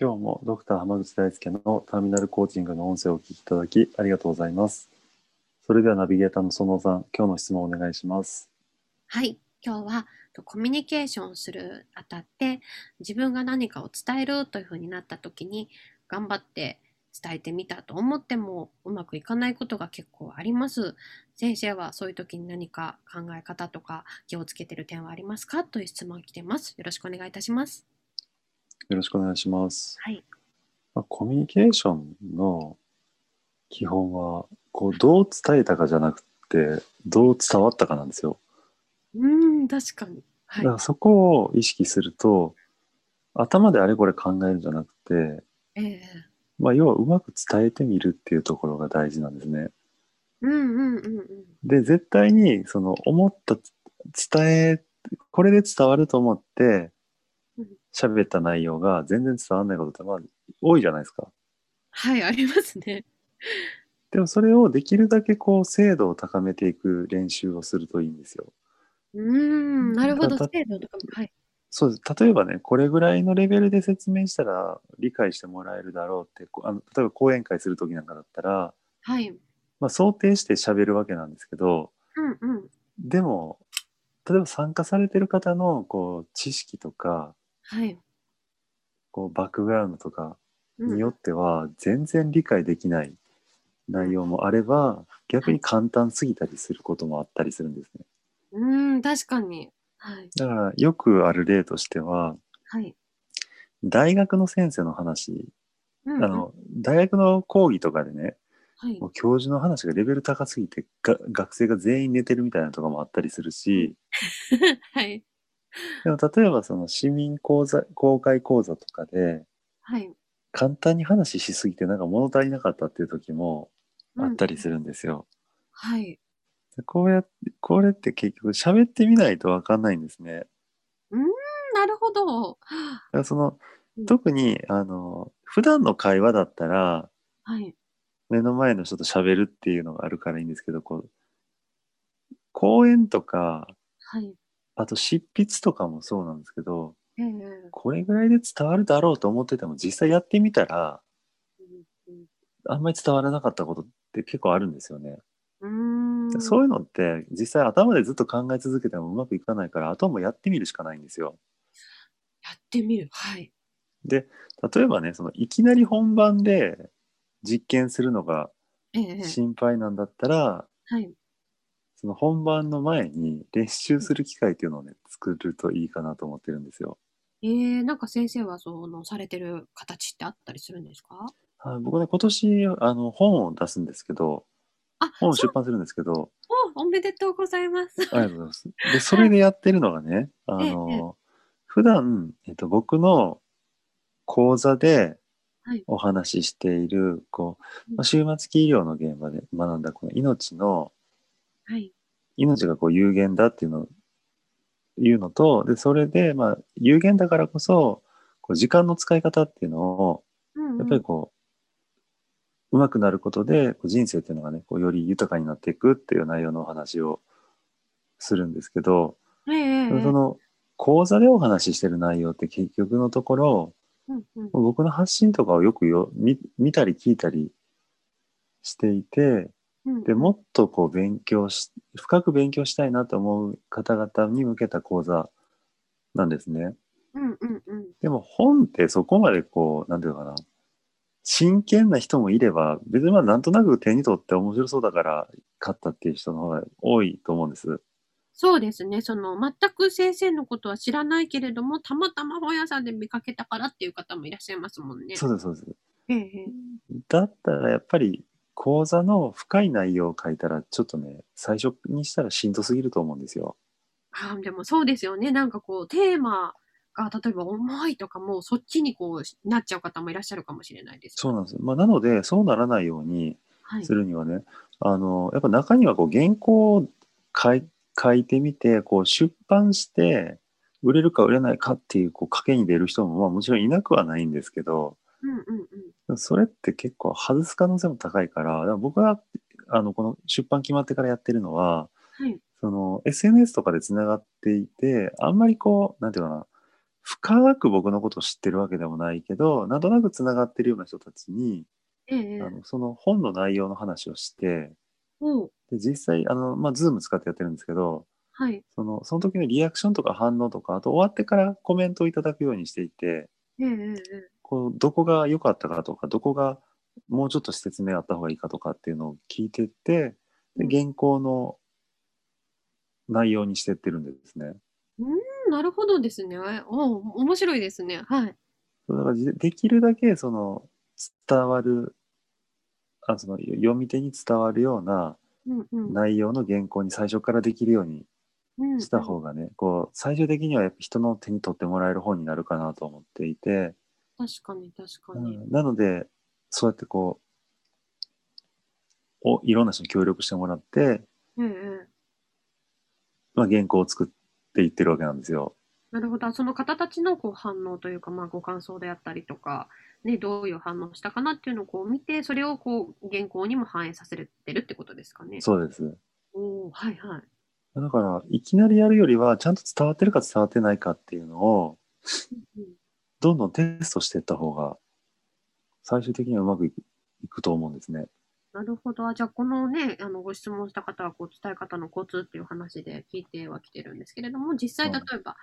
今日もドクター浜口大輔のターミナルコーチングの音声をお聞きいただきありがとうございます。それではナビゲーターの園尾さん、今日の質問をお願いします。はい、今日はとコミュニケーションをするあたって自分が何かを伝えるというふうになった時に頑張って伝えてみたと思ってもうまくいかないことが結構あります。先生はそういう時に何か考え方とか気をつけてる点はありますかという質問が来てます。よろしくお願いいたします。よろしくお願いします。はい、まあコミュニケーションの基本は、こう、どう伝えたかじゃなくて、どう伝わったかなんですよ。うーん、確かに。はだいか、らそこを意識すると、頭であれこれ考えるんじゃなくて、ええまあ、要はうまく伝えてみるっていうところが大事なんですね。うんうんうんうん。で絶対にその思ったつ伝えこれで伝わると思ってうん喋った内容が全然伝わらないことってまあ多いじゃないですか。はい、ありますね。でもそれをできるだけこう精度を高めていく練習をするといいんですよ。うーん、なるほだど。だ制度とかも。はい。そうです例えばねこれぐらいのレベルで説明したら理解してもらえるだろうってこうあの例えば講演会する時なんかだったら、はい。まあ、想定して喋るわけなんですけどうんうん。でも例えば参加されてる方のこう知識とかはい。こうバックグラウンドとかうんによっては全然理解できない内容もあれば逆に簡単すぎたりすることもあったりするんですね。うーん、確かに。はい。だからよくある例としてははい。大学の先生の話、うんあうんの大学の講義とかでねはいもう教授の話がレベル高すぎてが学生が全員寝てるみたいなのとかもあったりするし はい。でも例えばその市民講座公開講座とかではい。簡単に話しすぎてなんか物足りなかったっていう時もあったりる。するんですよ。はい。でこうやって、これって結局喋ってみないとわかんないんですね。うんなるほど。だからそのうん、特に、あの、普段の会話だったら、はい。目の前の人と喋るっていうのがあるからいいんですけど、こう、講演とか、はい。あと執筆とかもそうなんですけど、ええこれぐらいで伝わるだろうと思ってても、実際やってみたら、あんまり伝わらなかったことって結構あるんですよね。うん。うーんそういうのって、実際頭でずっと考え続けてもうまくいかないから、あとはもうやってみるしかないんですよ。やってみる。はい。例えばねそのいきなり本番で実験するのがええ心配なんだったら、はい。その本番の前に練習する機会っていうのをね作るといいかなと思ってるんですよ。ええなんか先生はそのされてる形ってあったりするんですかあ僕ね今年あの本を出すんですけどあ、本をそ出う版するんですけどおおめでとうございます。ありがとうございます。でそれでやってるのがねあええの普段、えっと、僕の講座ではいお話ししているこううんまあ終末期医療の現場で学んだこの命のはい。命がこう有限だっていうのいうのとでそれでまあ有限だからこそこう時間の使い方っていうのをうんうんやっぱりこう、うまくなることでこう人生っていうのがねこうより豊かになっていくっていう内容のお話をするんですけど、ええええその講座でお話ししてる内容って結局のところうんうん僕の発信とかをよくよ見見たり聞いたりしていてうんでもっとこう勉強し深く勉強したいなと思う方々に向けた講座なんですね。うんうんうんでも本ってそこまでこうなんていうのかな真剣な人もいれば別にまあなんとなく手に取って面白そうだから買ったっていう人の方が多いと思うんです。そうですね。その、全く先生のことは知らないけれども、たまたま本屋さんで見かけたからっていう方もいらっしゃいますもんね。そうですそうです。ええだったらやっぱり講座の深い内容を書いたらちょっとね最初にしたらしんどすぎると思うんですよ。あーでもそうですよね。なんかこう、テーマが例えば重いとかもうそっちにこうなっちゃう方もいらっしゃるかもしれないです。そうなんですよ、まあ、なのでそうならないようにはいす。るにはね、あのやっぱ中にはこう原稿を書い書いてみてこう出版して売れるか売れないかっていうこう賭けに出る人も、まあ、もちろんいなくはないんですけどうんうんうん。それって結構外す可能性も高いからだから僕はあのこの出版決まってからやってるのははい。その SNS とかでつながっていてあんまりこうなんていうかな深く僕のことを知ってるわけでもないけどなんとなくつながってるような人たちに、ええあのその本の内容の話をしておうで実際あの、まあ、Zoom 使ってやってるんですけどはい。そのその時のリアクションとか反応とかあと終わってからコメントをいただくようにしていてええええこうどこが良かったかとかどこがもうちょっと説明あった方がいいかとかっていうのを聞いてってでうん原稿の内容にしてってるんですね。うんなるほどですね。おう面白いですね。はい。そうだからじできるだけその伝わるあそのよ読み手に伝わるようなうんうん。内容の原稿に最初からできるようにうんした方がね、こう最終的にはやっぱ人の手に取ってもらえる方になるかなと思っていて、確かに確かうに。んなのでそうやってこうおいろんな人に協力してもらって、ええええまあ、原稿を作っていってるわけなんですよ。なるほど。その方たちのこう反応というか、まあ、ご感想であったりとか、ね、どういう反応したかなっていうのをこう見て、それをこう原稿にも反映させてるってことですかね。そうですおーはいはい。だからいきなりやるよりはちゃんと伝わってるか伝わってないかっていうのをうんうんどんどんテストしていった方が最終的にはうまくいくいくと思うんですね。なるほど。あじゃあ、このね、あの、ご質問した方は、こう、伝え方のコツっていう話で聞いてはきてるんですけれども、実際、は例いえば、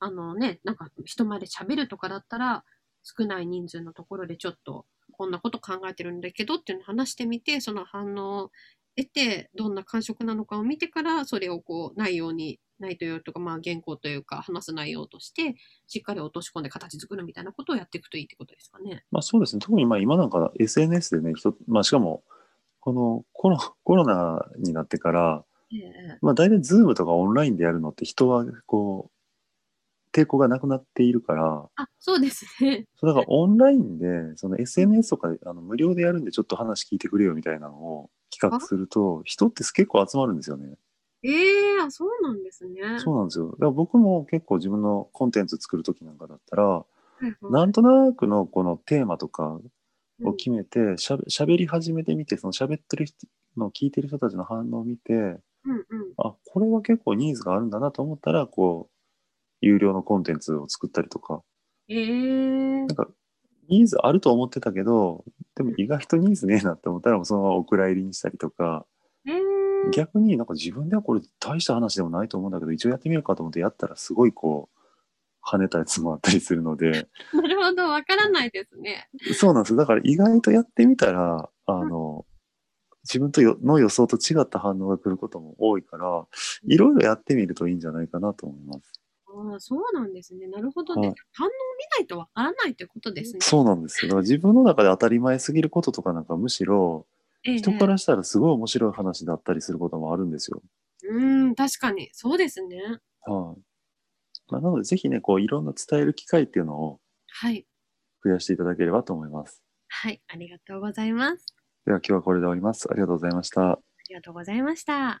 あのね、なんか、人前で喋るとかだったら、少ない人数のところでちょっと、こんなこと考えてるんだけどっていうのを話してみて、その反応を得て、どんな感触なのかを見てから、それをこう、内容に、内容とか、まあ、原稿というか、話す内容として、しっかり落とし込んで形作るみたいなことをやっていくといいってことですかね。まあそうですね。特にまあ今なんか SNS でね、人、まあしかも、このコロコロナになってから、ええまあ大体 Zoom とかオンラインでやるのって人はこう、抵抗がなくなっているから、あ、そうですね。そうだからオンラインで、その SNS とかであの無料でやるんでちょっと話聞いてくれよみたいなのを企画すると、人って結構集まるんですよね。ええあ、そうなんですね。そうなんですよ。だから僕も結構自分のコンテンツ作るときなんかだったら、はいはいなんとなくのこのテーマとかうんを決めてしゃべ喋り始めてみてその喋ってる人の聞いてる人たちの反応を見てうんうんあこれは結構ニーズがあるんだなと思ったらこう有料のコンテンツを作ったりとかええなんかニーズあると思ってたけどでも意外とニーズねえなって思ったらもうそのままお蔵入りにしたりとかええ逆になんか自分ではこれ大した話でもないと思うんだけど一応やってみるかと思ってやったらすごいこう跳ねたやつもあったりするので。なるほど、わからないですね。そうなんですよだから意外とやってみたら、あの、自分とよの予想と違った反応が来ることも多いから、いろいろやってみるといいんじゃないかなと思います。ああ、そうなんですね。なるほどね。はい反応を見ないとわからないということですね。そうなんですよ。だから自分の中で当たり前すぎることとかなんかむしろ、ええ人からしたらすごい面白い話だったりすることもあるんですよ。うーん、確かに。そうですね。はい。まあ、なのでぜひね、こういろんな伝える機会っていうのをはい。増やしていただければと思います。はい、ありがとうございます。では今日はこれで終わります。ありがとうございました。ありがとうございました。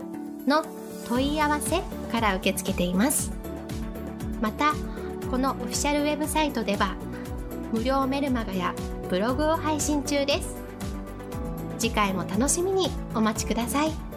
の問い合わせから受け付けていますまたこのオフィシャルウェブサイトでは無料メルマガやブログを配信中です次回も楽しみにお待ちください